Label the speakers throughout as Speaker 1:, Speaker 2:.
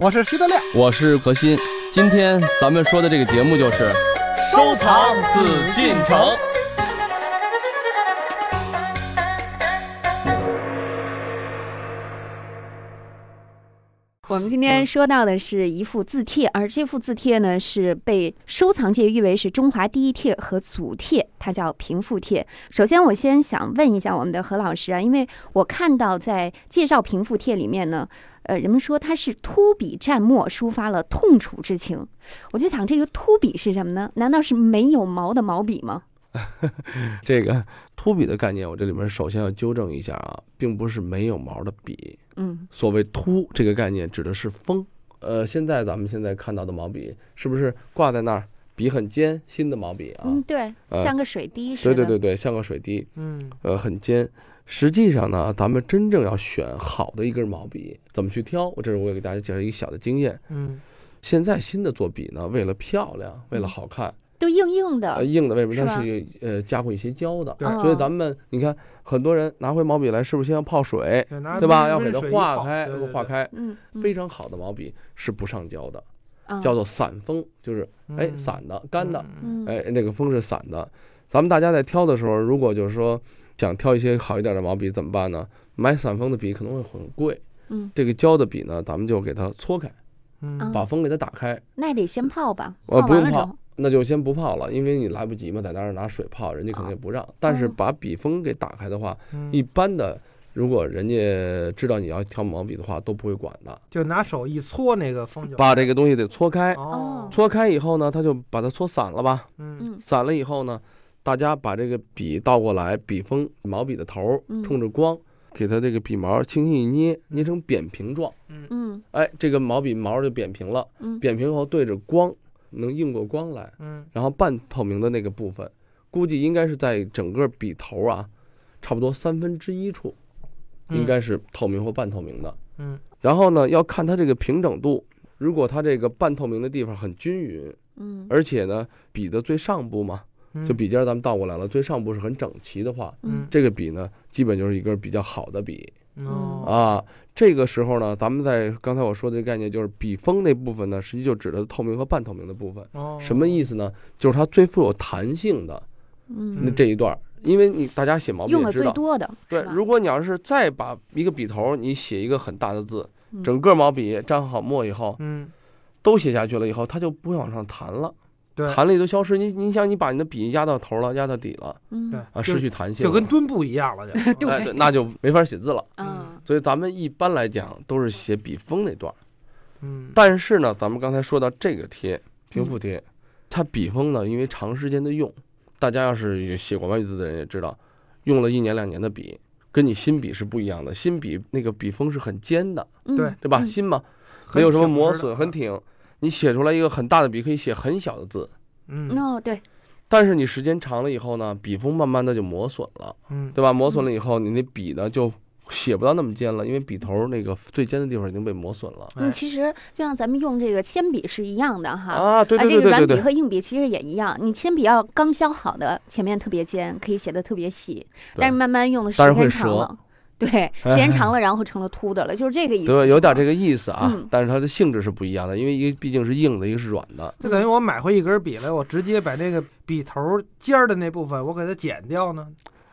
Speaker 1: 我是徐德亮，
Speaker 2: 我是何鑫。今天咱们说的这个节目就是
Speaker 1: 收藏紫禁城。
Speaker 3: 我们今
Speaker 2: 嗯
Speaker 3: 天说到的是一幅字帖，而这幅字帖呢是被收藏界誉为是中华第一帖和祖帖，它叫平复帖。首先，我先想问一下我们的何老师啊，因为我看到在介绍平复帖里面呢，呃，人们说它是秃笔蘸墨，抒发了痛楚之情。我就想，这个秃笔是什么呢？难道是没有毛的毛笔吗？
Speaker 2: 这个秃笔的概念，我这里面首先要纠正一下啊，并不是没有毛的笔。
Speaker 3: 嗯，
Speaker 2: 所谓秃这个概念指的是锋。呃，现在咱们现在看到的毛笔是不是挂在那儿，笔很尖，新的毛笔啊？
Speaker 3: 嗯，对，
Speaker 2: 呃
Speaker 3: 像个水滴似
Speaker 2: 对
Speaker 3: 的。
Speaker 2: 对对对，像个水滴，
Speaker 1: 嗯，
Speaker 2: 呃，很尖。实际上呢，咱们真正要选好的一根毛笔，怎么去挑？我这是我给大家介绍一个小的经验。
Speaker 1: 嗯，
Speaker 2: 现在新的作笔呢，为了漂亮，为了好看，
Speaker 3: 都硬硬的。
Speaker 2: 呃，硬的为什么？
Speaker 3: 是
Speaker 2: 它
Speaker 3: 吧
Speaker 2: 是呃加过一些胶的，
Speaker 1: 对
Speaker 3: 嗯
Speaker 2: 所以咱们你看，很多人拿回毛笔来，是不是先要泡水，
Speaker 1: 对拿
Speaker 2: 对吧？
Speaker 1: 温
Speaker 2: 要给它
Speaker 1: 水一
Speaker 2: 化
Speaker 1: 泡
Speaker 2: 开
Speaker 1: 对对，对
Speaker 2: 化开。
Speaker 3: 嗯，嗯
Speaker 2: 非常好的毛笔是不上胶的，
Speaker 3: 啊
Speaker 2: 叫做散锋，就是哎
Speaker 1: 嗯
Speaker 2: 散的、干的，
Speaker 1: 嗯
Speaker 3: 嗯
Speaker 2: 哎那个锋是散的。咱们大家在挑的时候，如果就是说想挑一些好一点的毛笔，怎么办呢？买散锋的笔可能会很贵，
Speaker 3: 嗯，
Speaker 2: 这个胶的笔呢，咱们就给它搓开，
Speaker 1: 嗯
Speaker 3: 啊
Speaker 2: 把锋给它打开，
Speaker 3: 那也得先泡吧，
Speaker 2: 呃，不
Speaker 3: 完
Speaker 2: 用
Speaker 3: 了之
Speaker 2: 泡
Speaker 3: 后，，
Speaker 2: 那就先不泡了，因为你来不及嘛，在那儿拿水泡，人家肯定不让。但是
Speaker 3: 哦
Speaker 2: 把笔锋给打开的话，
Speaker 1: 嗯
Speaker 2: 一般的，如果人家知道你要挑毛笔的话，都不会管的，
Speaker 1: 就拿手一搓那个风就
Speaker 2: 把这个东西得搓开，
Speaker 1: 哦，
Speaker 2: 搓开以后呢，他就把它搓散了吧，
Speaker 1: 嗯
Speaker 3: 嗯
Speaker 2: 散了以后呢，大家把这个笔倒过来，笔锋毛笔的头儿
Speaker 3: 嗯
Speaker 2: 冲着光，给它这个笔毛轻轻一捏，捏成扁平状，
Speaker 3: 嗯
Speaker 2: 哎，这个毛笔毛就扁平了，
Speaker 3: 嗯
Speaker 2: 扁平后对着光，能映过光来。
Speaker 1: 嗯
Speaker 2: 然后半透明的那个部分，估计应该是在整个笔头啊，差不多三分之一处，
Speaker 1: 嗯
Speaker 2: 应该是透明或半透明的。
Speaker 1: 嗯
Speaker 2: 然后呢，要看它这个平整度，如果它这个半透明的地方很均匀，
Speaker 3: 嗯
Speaker 2: 而且呢，笔的最上部嘛，
Speaker 1: 嗯
Speaker 2: 就笔尖儿咱们倒过来了，最上部是很整齐的话，
Speaker 3: 嗯
Speaker 2: 这个笔呢，基本就是一根比较好的笔
Speaker 1: 哦
Speaker 2: 啊。这个时候呢，咱们在刚才我说的这个概念，就是笔锋那部分呢，实际就指的透明和半透明的部分。
Speaker 1: 哦
Speaker 2: 什么意思呢？就是它最富有弹性的
Speaker 3: 嗯，
Speaker 2: 那这一段儿，因为你大家写毛笔
Speaker 3: 用
Speaker 2: 也
Speaker 3: 的
Speaker 2: 知
Speaker 3: 最
Speaker 2: 道，
Speaker 3: 多的
Speaker 2: 对
Speaker 3: 是。吧
Speaker 2: 如果你要是再把一个笔头儿，你写一个很大的字，
Speaker 3: 嗯
Speaker 2: 整个毛笔蘸好墨以后
Speaker 1: 嗯
Speaker 2: 都写下去了以后，它就不会往上弹了，
Speaker 1: 对
Speaker 2: 弹力都消失。你你想，你把你的笔压到头了，压到底了
Speaker 3: 嗯
Speaker 1: 对
Speaker 2: 啊，
Speaker 1: 就
Speaker 2: 失去弹性
Speaker 1: 就
Speaker 2: 了，
Speaker 1: 跟墩布一样 了就嗯
Speaker 3: 对
Speaker 2: 哎，对，那就没法写字了。
Speaker 3: 嗯
Speaker 2: 所以咱们一般来讲都是写笔锋那段儿，
Speaker 1: 嗯
Speaker 2: 但是呢，咱们刚才说到这个贴平复
Speaker 3: 嗯
Speaker 2: 贴，它笔锋呢，因为长时间的用，大家要是有写过毛笔字的人也知道，用了一年两年的笔，跟你新笔是不一样的。新笔那个笔锋是很尖的，
Speaker 3: 嗯
Speaker 1: 对
Speaker 2: 对吧？
Speaker 3: 嗯
Speaker 2: 新嘛，
Speaker 1: 很
Speaker 2: 没有什么
Speaker 1: 挺
Speaker 2: 磨
Speaker 1: 直的
Speaker 2: 损，
Speaker 1: 啊
Speaker 2: 很挺。你写出来一个很大的笔，可以写很小的字，
Speaker 1: 嗯
Speaker 3: 哦对
Speaker 2: 但是你时间长了以后呢，笔锋慢慢的就磨损了，
Speaker 1: 嗯
Speaker 2: 对吧？磨损了以后，你那笔呢就写不到那么尖了，因为笔头那个最尖的地方已经被磨损了。
Speaker 3: 嗯，
Speaker 1: 哎
Speaker 3: 其实就像咱们用这个铅笔是一样的哈。
Speaker 2: 啊，对
Speaker 3: 啊，
Speaker 2: 对
Speaker 3: 这
Speaker 2: 对对对
Speaker 3: 个软笔
Speaker 2: 对，
Speaker 3: 和硬笔其实也一样，你铅笔要刚削好的，前面特别尖，可以写的特别细，
Speaker 2: 对
Speaker 3: 但是慢慢用的时
Speaker 2: 但是会
Speaker 3: 间长
Speaker 2: 折
Speaker 3: 了， 对，时间长了，然后成了秃的了，就是这个意思。
Speaker 2: 对，有点这个意思啊，
Speaker 3: 嗯
Speaker 2: 但是它的性质是不一样的，因为一个毕竟是硬的，一个是软的。
Speaker 1: 就等于我买回一根笔来，我直接把那个笔头尖儿的那部分我给它剪掉呢，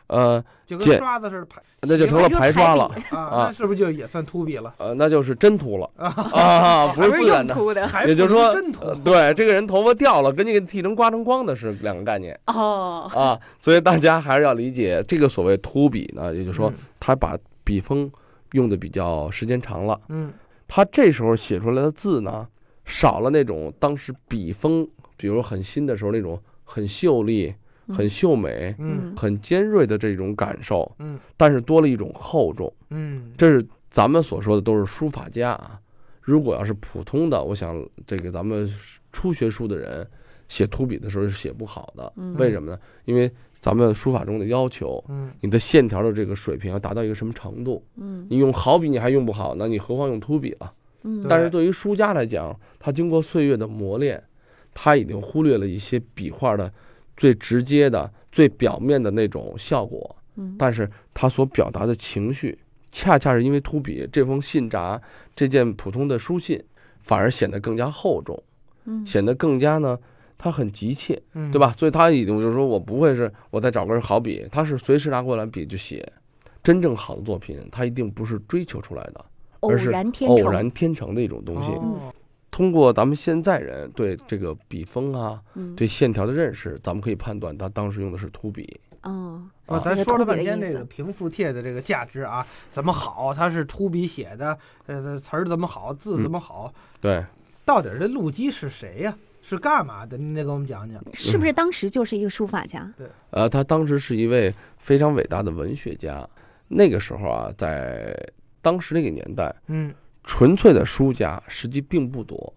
Speaker 2: 呃，
Speaker 1: 就
Speaker 2: 剪
Speaker 1: 跟刷子似的排
Speaker 2: 那就成了排刷了，啊
Speaker 1: 啊，那是不是就也算秃笔了？
Speaker 2: 呃，那就是真秃了啊，不是自然
Speaker 3: 用
Speaker 2: 的。
Speaker 3: 秃的
Speaker 1: 还
Speaker 2: 也就
Speaker 1: 不
Speaker 2: 是说
Speaker 1: 真秃
Speaker 2: 呃，对，这个人头发掉了，跟这个剃成刮成光的是两个概 念
Speaker 3: 哦，
Speaker 2: 啊，所以大家还是要理解这个所谓秃笔呢，也就是说
Speaker 1: 嗯
Speaker 2: 他把笔锋用的比较时间长了，
Speaker 1: 嗯
Speaker 2: 他这时候写出来的字呢，少了那种当时笔锋，比如很新的时候那种很秀丽、很秀美，
Speaker 1: 嗯
Speaker 2: 很尖锐的这种感受，
Speaker 1: 嗯
Speaker 2: 但是多了一种厚重。
Speaker 1: 嗯，
Speaker 2: 这是咱们所说的都是书法家啊。如果要是普通的，我想这个咱们初学书的人写秃笔的时候是写不好的，
Speaker 3: 嗯
Speaker 2: 为什么呢？因为咱们书法中的要求，
Speaker 1: 嗯
Speaker 2: 你的线条的这个水平要达到一个什么程度？
Speaker 3: 嗯
Speaker 2: 你用好笔你还用不好，那你何况用秃笔了？
Speaker 3: 嗯，
Speaker 1: 对
Speaker 2: 但是对于书家来讲，他经过岁月的磨练，他已经忽略了一些笔画的最直接的、最表面的那种效果。
Speaker 3: 嗯
Speaker 2: 但是他所表达的情绪恰恰是因为秃笔这封信札这件普通的书信，反而显得更加厚重，
Speaker 3: 嗯，
Speaker 2: 显得更加呢，它很急切，
Speaker 1: 嗯，
Speaker 2: 对？吧？所以他已经就是说我不会是我再找根好笔，他是随时拿过来笔就写。真正好的作品，它一定不是追求出来的，
Speaker 3: 偶
Speaker 2: 而是
Speaker 3: 然天
Speaker 2: 偶
Speaker 3: 成，
Speaker 2: 然天成的一种东西。
Speaker 1: 哦、
Speaker 2: 通过咱们现在人对这个笔锋啊、
Speaker 3: 嗯，
Speaker 2: 对线条的认识，咱们可以判断他当时用的是秃笔。
Speaker 3: 哦，
Speaker 1: 啊，
Speaker 2: 啊
Speaker 1: 咱
Speaker 3: 这个
Speaker 1: 说了
Speaker 3: 特
Speaker 1: 半
Speaker 3: 别
Speaker 1: 天
Speaker 3: 有
Speaker 1: 这
Speaker 3: 意思
Speaker 1: 个平复帖的这个价值啊，怎么好？它是秃笔写的，呃，这词儿怎么好，字
Speaker 2: 嗯
Speaker 1: 怎么好？
Speaker 2: 对，
Speaker 1: 到底这陆机是谁呀、是干嘛的？您得给我们讲讲。
Speaker 3: 是不
Speaker 2: 嗯
Speaker 3: 是当时就是一个书法家？
Speaker 2: 呃，他当时是一位非常伟大的文学家。那个时候啊，在当时那个年代，
Speaker 1: 嗯
Speaker 2: 纯粹的书家实际并不多，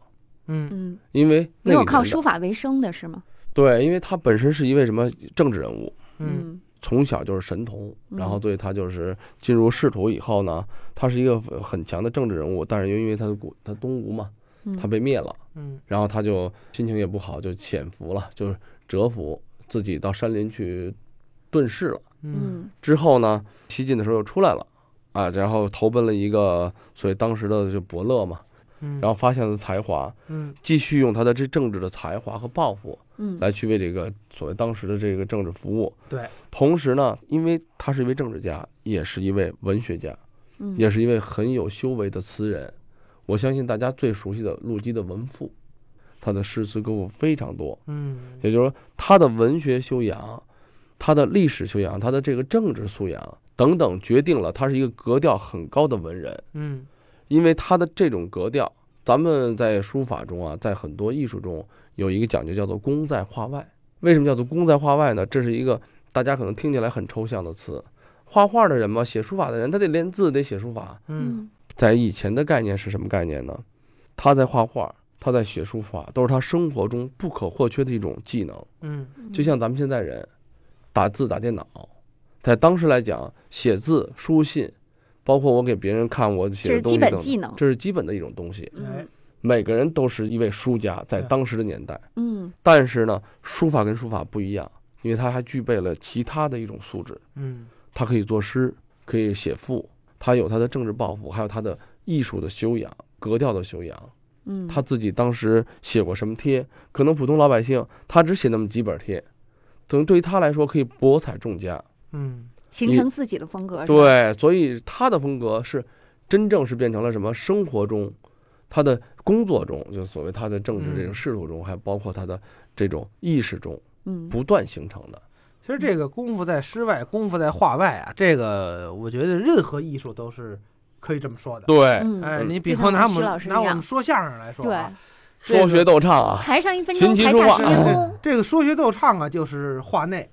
Speaker 1: 嗯
Speaker 3: 嗯，
Speaker 2: 因为
Speaker 3: 没
Speaker 2: 那
Speaker 3: 有
Speaker 2: 个
Speaker 3: 靠
Speaker 2: 年代
Speaker 3: 书法为生的是吗？
Speaker 2: 对，因为他本身是一位什么政治人物，
Speaker 1: 嗯
Speaker 3: 嗯
Speaker 2: 从小就是神童，然后
Speaker 3: 嗯
Speaker 2: 所以他就是进入仕途以后呢，他是一个很强的政治人物，但是又因为他的故他东吴嘛，
Speaker 3: 嗯，
Speaker 2: 他被灭了。
Speaker 1: 嗯
Speaker 2: 然后他就心情也不好，就潜伏了，就是蛰伏，自己到山林去遁世
Speaker 1: 嗯
Speaker 2: 了。
Speaker 3: 嗯
Speaker 2: 之后呢，西晋的时候又出来了，啊，然后投奔了一个所谓当时的就伯乐嘛，
Speaker 1: 嗯，
Speaker 2: 然后发现了才华，
Speaker 1: 嗯
Speaker 2: 继续用他的这政治的才华和抱负
Speaker 3: 嗯，
Speaker 2: 来去为这个所谓当时的这个政治服务。
Speaker 1: 对，
Speaker 2: 同时呢，因为他是一位政治家，也是一位文学家，
Speaker 3: 嗯
Speaker 2: 也是一位很有修为的词人。我相信大家最熟悉的陆机的文赋，他的诗词歌赋非常多。
Speaker 1: 嗯
Speaker 2: 也就是说，他的文学修养、他的历史修养、他的这个政治素养等等，决定了他是一个格调很高的文人。
Speaker 1: 嗯
Speaker 2: 因为他的这种格调，咱们在书法中啊，在很多艺术中有一个讲究，叫做“功在画外”。为什么叫做“功在画外”呢？这是一个大家可能听起来很抽象的词。画画的人嘛，写书法的人，他得练字，得写书法。
Speaker 1: 嗯
Speaker 3: 嗯
Speaker 2: 在以前的概念是什么概念呢？他在画画，他在写书法，都是他生活中不可或缺的一种技能。
Speaker 1: 嗯
Speaker 2: 就像咱们现在人打字打电脑，在当时来讲，写字、书信，包括我给别人看我写
Speaker 3: 这
Speaker 2: 的
Speaker 3: 是
Speaker 2: 东西
Speaker 3: 基
Speaker 2: 等
Speaker 3: 本
Speaker 2: 等，
Speaker 3: 技能，
Speaker 2: 这是基本的一种东西。
Speaker 1: 哎
Speaker 3: 嗯
Speaker 2: 每个人都是一位书家，在
Speaker 1: 对
Speaker 2: 当时的年代，
Speaker 3: 嗯
Speaker 2: 但是呢，书法跟书法不一样，因为它还具备了其他的一种素质，
Speaker 1: 嗯
Speaker 2: 它可以作诗，可以写赋，它有它的政治抱负，还有它的艺术的修养、格调的修养。
Speaker 3: 嗯，
Speaker 2: 他自己当时写过什么帖，可能普通老百姓他只写那么几本帖，等于对于他来说可以博采众家。
Speaker 1: 嗯
Speaker 3: 形
Speaker 2: 你
Speaker 3: 成自己的风格，，
Speaker 2: 对，所以他的风格是真正是变成了什么？生活中，他的工作中，就所谓他的政治这
Speaker 1: 嗯
Speaker 2: 种仕途中，还包括他的这种意识中
Speaker 3: 嗯
Speaker 2: 不断形成的。
Speaker 1: 其实这个功夫在诗外，功夫在画外啊，这个我觉得任何艺术都是可以这么说的。
Speaker 2: 对，
Speaker 3: 嗯，
Speaker 1: 哎，
Speaker 2: 嗯
Speaker 1: 你比
Speaker 3: 就
Speaker 1: 方
Speaker 3: 像
Speaker 1: 拿我
Speaker 3: 徐
Speaker 1: 们
Speaker 3: 老师一
Speaker 1: 拿我
Speaker 3: 样
Speaker 1: 们说相声来说
Speaker 3: 对
Speaker 1: 啊，，这
Speaker 2: 说
Speaker 1: 个
Speaker 2: 学逗唱啊，
Speaker 3: 台上一分
Speaker 2: 琴
Speaker 3: 钟，
Speaker 2: 棋
Speaker 3: 台
Speaker 2: 书
Speaker 3: 下
Speaker 2: 画
Speaker 3: 十年功，
Speaker 1: 啊 这个说学逗唱啊，就是话内，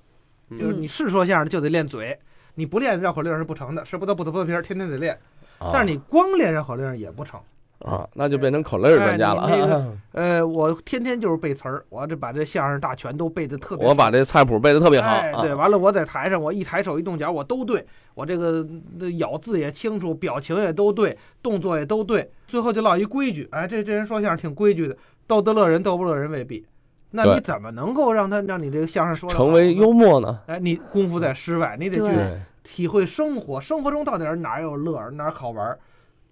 Speaker 1: 就是
Speaker 3: 嗯
Speaker 1: 你是说相声就得练嘴，你不练绕口令是不成的，是不得不得不得皮儿，天天得练。
Speaker 3: 嗯
Speaker 2: 啊
Speaker 1: 但是你光练绕口令也不成。
Speaker 2: 啊，那就变成口令儿专家
Speaker 1: 哎你那
Speaker 2: 了。啊
Speaker 1: 呃，我天天就是背词儿，我这把这相声大全都背的特别熟。
Speaker 2: 我把这菜谱背的特别好
Speaker 1: 哎，对，
Speaker 2: 啊，
Speaker 1: 完了我在台上，我一抬手一动脚，我都对，我这个呃咬字也清楚，表情也都对，动作也都对，最后就落一规矩。哎，这这人说相声挺规矩的，逗得乐人，逗不乐人未必。那你
Speaker 2: 对
Speaker 1: 怎么能够让他让你这个相声说得
Speaker 2: 成
Speaker 1: 好
Speaker 2: 为
Speaker 1: 呢
Speaker 2: 幽默呢？
Speaker 1: 哎，你功夫在诗外，你得
Speaker 3: 对
Speaker 1: 去
Speaker 2: 对，
Speaker 1: 体会生活，生活中到底儿哪儿有乐儿，哪儿好玩儿，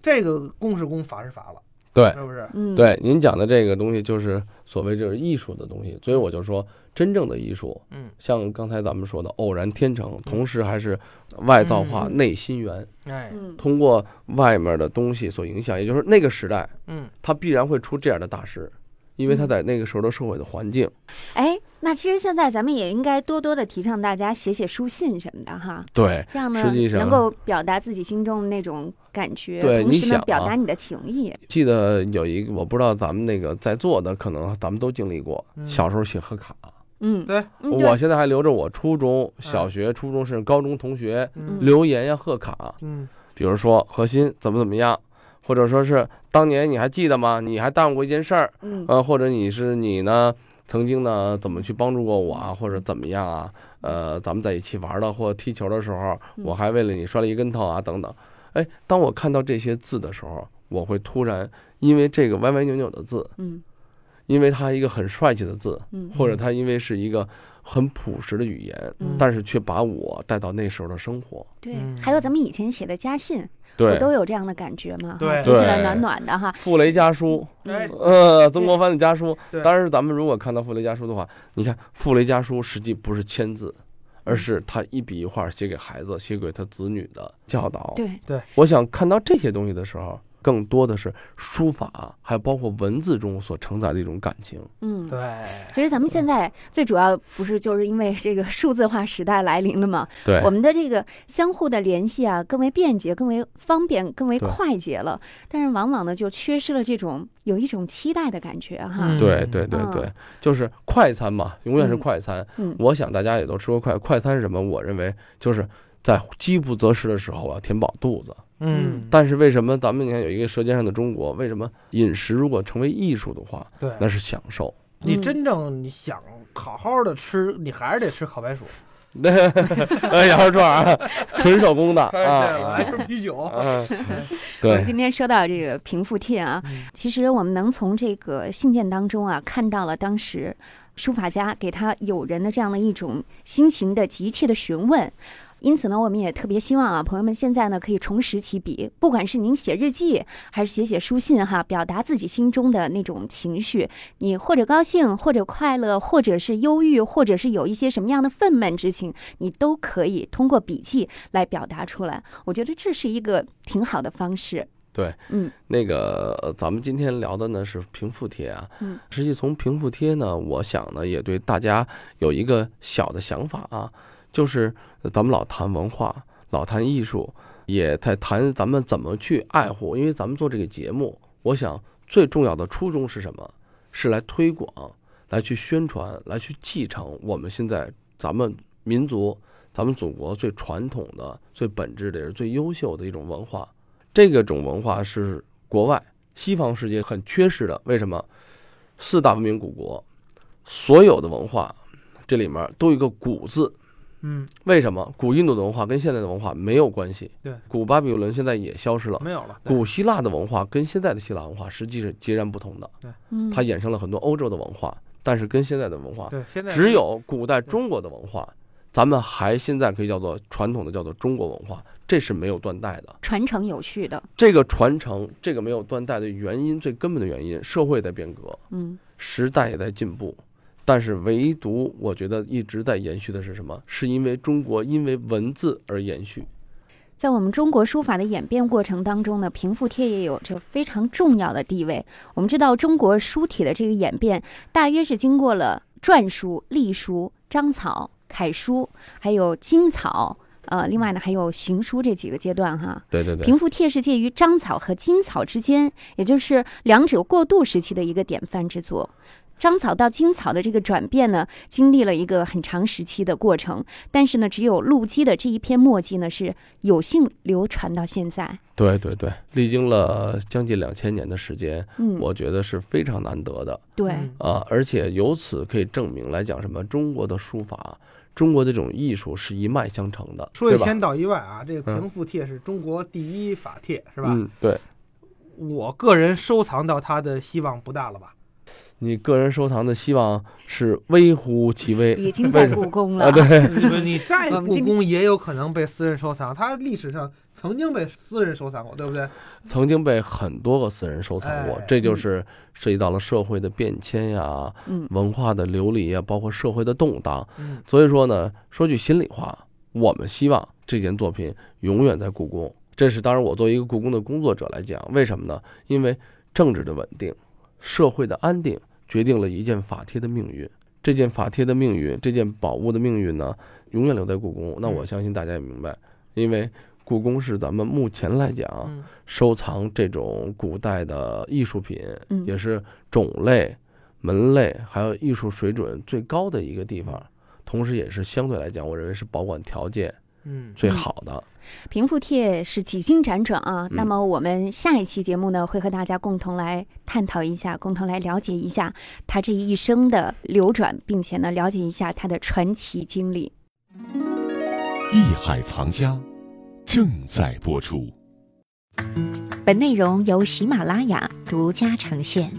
Speaker 1: 这个公是公，法是法了，
Speaker 2: 对
Speaker 1: 是不是？
Speaker 3: 嗯，，
Speaker 2: 对，您讲的这个东西就是所谓就是艺术的东西，所以我就说，真正的艺术，
Speaker 1: 嗯，
Speaker 2: 像刚才咱们说的偶然天成，同时还是外造化、
Speaker 3: 嗯
Speaker 2: 内心源，
Speaker 1: 哎，
Speaker 3: 嗯
Speaker 2: 通过外面的东西所影响，也就是那个时代，
Speaker 1: 嗯，
Speaker 2: 它必然会出这样的大师，因为他
Speaker 3: 嗯
Speaker 2: 在那个时候的社会的环境，
Speaker 3: 哎，那其实现在咱们也应该多多的提倡大家写写书信什么的哈，
Speaker 2: 对
Speaker 3: 这样呢
Speaker 2: 实际上
Speaker 3: 能够表达自己心中的那种感觉，
Speaker 2: 对
Speaker 3: 同
Speaker 2: 你
Speaker 3: 时呢
Speaker 2: 想
Speaker 3: 表
Speaker 2: 啊
Speaker 3: 达你的情谊，
Speaker 2: 记得有一个，我不知道咱们那个在座的，可能咱们都经历过，
Speaker 1: 嗯
Speaker 2: 小时候写贺卡，
Speaker 3: 嗯，
Speaker 1: 对，
Speaker 3: 嗯
Speaker 2: 我现在还留着我初中小
Speaker 1: 嗯
Speaker 2: 学、初中甚至高中同学
Speaker 1: 嗯
Speaker 2: 留言呀、贺卡，
Speaker 1: 嗯
Speaker 2: 比如说核心怎么怎么样，或者说是当年你还记得吗？你还耽误过一件事儿，
Speaker 3: 嗯
Speaker 2: 呃，或者你是你呢曾经呢怎么去帮助过我啊，或者怎么样啊？呃，咱们在一起玩了或踢球的时候，
Speaker 3: 嗯
Speaker 2: 我还为了你摔了一跟头啊，等等。哎，当我看到这些字的时候，我会突然因为这个歪歪扭扭的字，
Speaker 3: 嗯
Speaker 2: 因为它一个很帅气的字，
Speaker 3: 嗯
Speaker 2: 或者它因为是一个很朴实的语言，
Speaker 3: 嗯
Speaker 2: 但是却把我带到那时候的生活。
Speaker 3: 对
Speaker 1: 嗯，
Speaker 3: 还有咱们以前写的家信，不
Speaker 2: 对，
Speaker 3: 都有这样的感觉吗？哈
Speaker 1: 对
Speaker 3: 读起来暖暖的哈。嗯
Speaker 2: 傅雷家书，
Speaker 1: 哎，
Speaker 2: 呃，曾国藩的家书。
Speaker 1: 对
Speaker 2: 当然，咱们如果看到傅雷家书的话，你看傅雷家书实际不是签字，而是他一笔一画写给孩子、写给他子女的教导。
Speaker 3: 对，
Speaker 2: 我想看到这些东西的时候，更多的是书法，还有包括文字中所承载的一种感情。
Speaker 3: 嗯，
Speaker 1: 对，
Speaker 3: 其实咱们现在最主要不是就是因为这个数字化时代来临了嘛，
Speaker 2: 对
Speaker 3: 我们的这个相互的联系啊，更为便捷、更为方便、更为
Speaker 2: 对
Speaker 3: 快捷了。但是往往呢，就缺失了这种有一种期待的感觉啊哈。
Speaker 1: 嗯
Speaker 2: 对对对对，就是快餐嘛，永远是
Speaker 3: 嗯
Speaker 2: 快餐。
Speaker 3: 嗯
Speaker 2: 我想大家也都吃过快快餐是什么？我认为就是在饥不择食的时候，我要填饱肚子。
Speaker 1: 嗯，
Speaker 2: 但是为什么咱们你看有一个《舌尖上的中国》，为什么饮食如果成为艺术的话，
Speaker 1: 对，
Speaker 2: 那是享受？
Speaker 1: 你真正你想好好的吃，你还是得吃烤白 薯，
Speaker 2: 哎，羊肉串儿啊，纯手工 的啊
Speaker 1: 来，瓶啤酒。
Speaker 2: 啊
Speaker 3: 我们
Speaker 2: 对，
Speaker 3: 今天说到这个平复帖啊，
Speaker 1: 嗯
Speaker 3: 其实我们能从这个信件当中啊，看到了当时书法家给他友人的这样的一种心情的急切的询问。因此呢，我们也特别希望啊，朋友们现在呢可以重拾起笔，不管是您写日记还是写写书信哈，表达自己心中的那种情绪，你或者高兴，或者快乐，或者是忧郁，或者是有一些什么样的愤懑之情，你都可以通过笔记来表达出来。我觉得这是一个挺好的方式。
Speaker 2: 对，
Speaker 3: 嗯
Speaker 2: 那个呃咱们今天聊的呢是平复贴啊，
Speaker 3: 嗯，
Speaker 2: 实际从平复贴呢，我想呢也对大家有一个小的想法啊，就是呃咱们老谈文化，老谈艺术，也在谈咱们怎么去爱护，因为咱们做这个节目，我想最重要的初衷是什么？是来推广，来去宣传，来去继承我们现在咱们民族、咱们祖国最传统的、最本质的、也是最优秀的一种文化。这个种文化是国外西方世界很缺失的。为什么？四大文明古国，所有的文化这里面都有一个“古”字。
Speaker 1: 嗯，
Speaker 2: 为什么？古印度的文化跟现在的文化没有关系。
Speaker 1: 对，
Speaker 2: 古巴比伦现在也消失了。
Speaker 1: 没有了。对
Speaker 2: 古希腊的文化跟现在的希腊文化实际是截然不同的，
Speaker 3: 嗯，
Speaker 2: 它衍生了很多欧洲的文化，但是跟现在的文化，
Speaker 1: 对，现在
Speaker 2: 只有古代中国的文化，咱们还现在可以叫做传统的叫做中国文化，这是没有断代的。
Speaker 3: 传承有序的，
Speaker 2: 这个传承，这个没有断代的原因，最根本的原因，社会在变革，
Speaker 3: 嗯
Speaker 2: 时代也在进步，但是唯独我觉得一直在延续的是什么？是因为中国因为文字而延续。，
Speaker 3: 在我们中国书法的演变过程当中呢，平复帖也有着非常重要的地位。我们知道，中国书体的这个演变，大约是经过了篆书、隶书、章草、楷书，还有金草。呃，另外呢，还有行书这几个阶段哈。
Speaker 2: 对对对
Speaker 3: 平复帖是介于章草和金草之间，也就是两者过渡时期的一个典范之作。章草到金草的这个转变呢，经历了一个很长时期的过程，但是呢，只有陆机的这一篇墨迹呢是有幸流传到现在。
Speaker 2: 对对对，历经了将近两千年的时间，
Speaker 3: 嗯，
Speaker 2: 我觉得是非常难得的
Speaker 3: 对，
Speaker 1: 嗯
Speaker 2: 啊！而且由此可以证明来讲，什么中国的书法，中国这种艺术是一脉相承的，
Speaker 1: 说一
Speaker 2: 对吧？
Speaker 1: 千道一万啊，这个平复帖是中国第一法帖，是吧？
Speaker 2: 嗯，对
Speaker 1: 我个人收藏到它的希望不大了吧？
Speaker 2: 你个人收藏的希望是微乎其微，
Speaker 3: 已 经在故宫了。
Speaker 2: 啊，对，
Speaker 1: 你你在
Speaker 3: 我们
Speaker 1: 故
Speaker 3: 今
Speaker 1: 宫也有可能被私人收藏，它历史上曾经被私人收藏过，对不对？
Speaker 2: 曾经被很多个私人收藏过
Speaker 1: 哎，
Speaker 2: 这就是涉及到了社会的变迁呀、
Speaker 3: 嗯
Speaker 2: 文化的流离呀，包括社会的动荡。
Speaker 1: 嗯，
Speaker 2: 所以说呢，说句心里话，我们希望这件作品永远在故宫。这是当然，我作为一个故宫的工作者来讲，为什么呢？因为政治的稳定、社会的安定，决定了一件法帖的命运。这件法帖的命运，这件宝物的命运呢，永远留在故宫。那我相信大家也明白，因为故宫是咱们目前来讲。啊
Speaker 1: 嗯
Speaker 2: 收藏这种古代的艺术品，
Speaker 3: 嗯
Speaker 2: 也是种类、门类还有艺术水准最高的一个地方，同时也是相对来讲，我认为是保管条件
Speaker 1: 嗯，
Speaker 2: 最好的。
Speaker 3: 平复帖是几经辗转啊。
Speaker 2: 嗯
Speaker 3: 那么我们下一期节目呢，会和大家共同来探讨一下，共同来了解一下他这一生的流转，并且呢，了解一下他的传奇经历。
Speaker 4: 艺海藏家正在播出。
Speaker 5: 本内容由喜马拉雅独家呈现。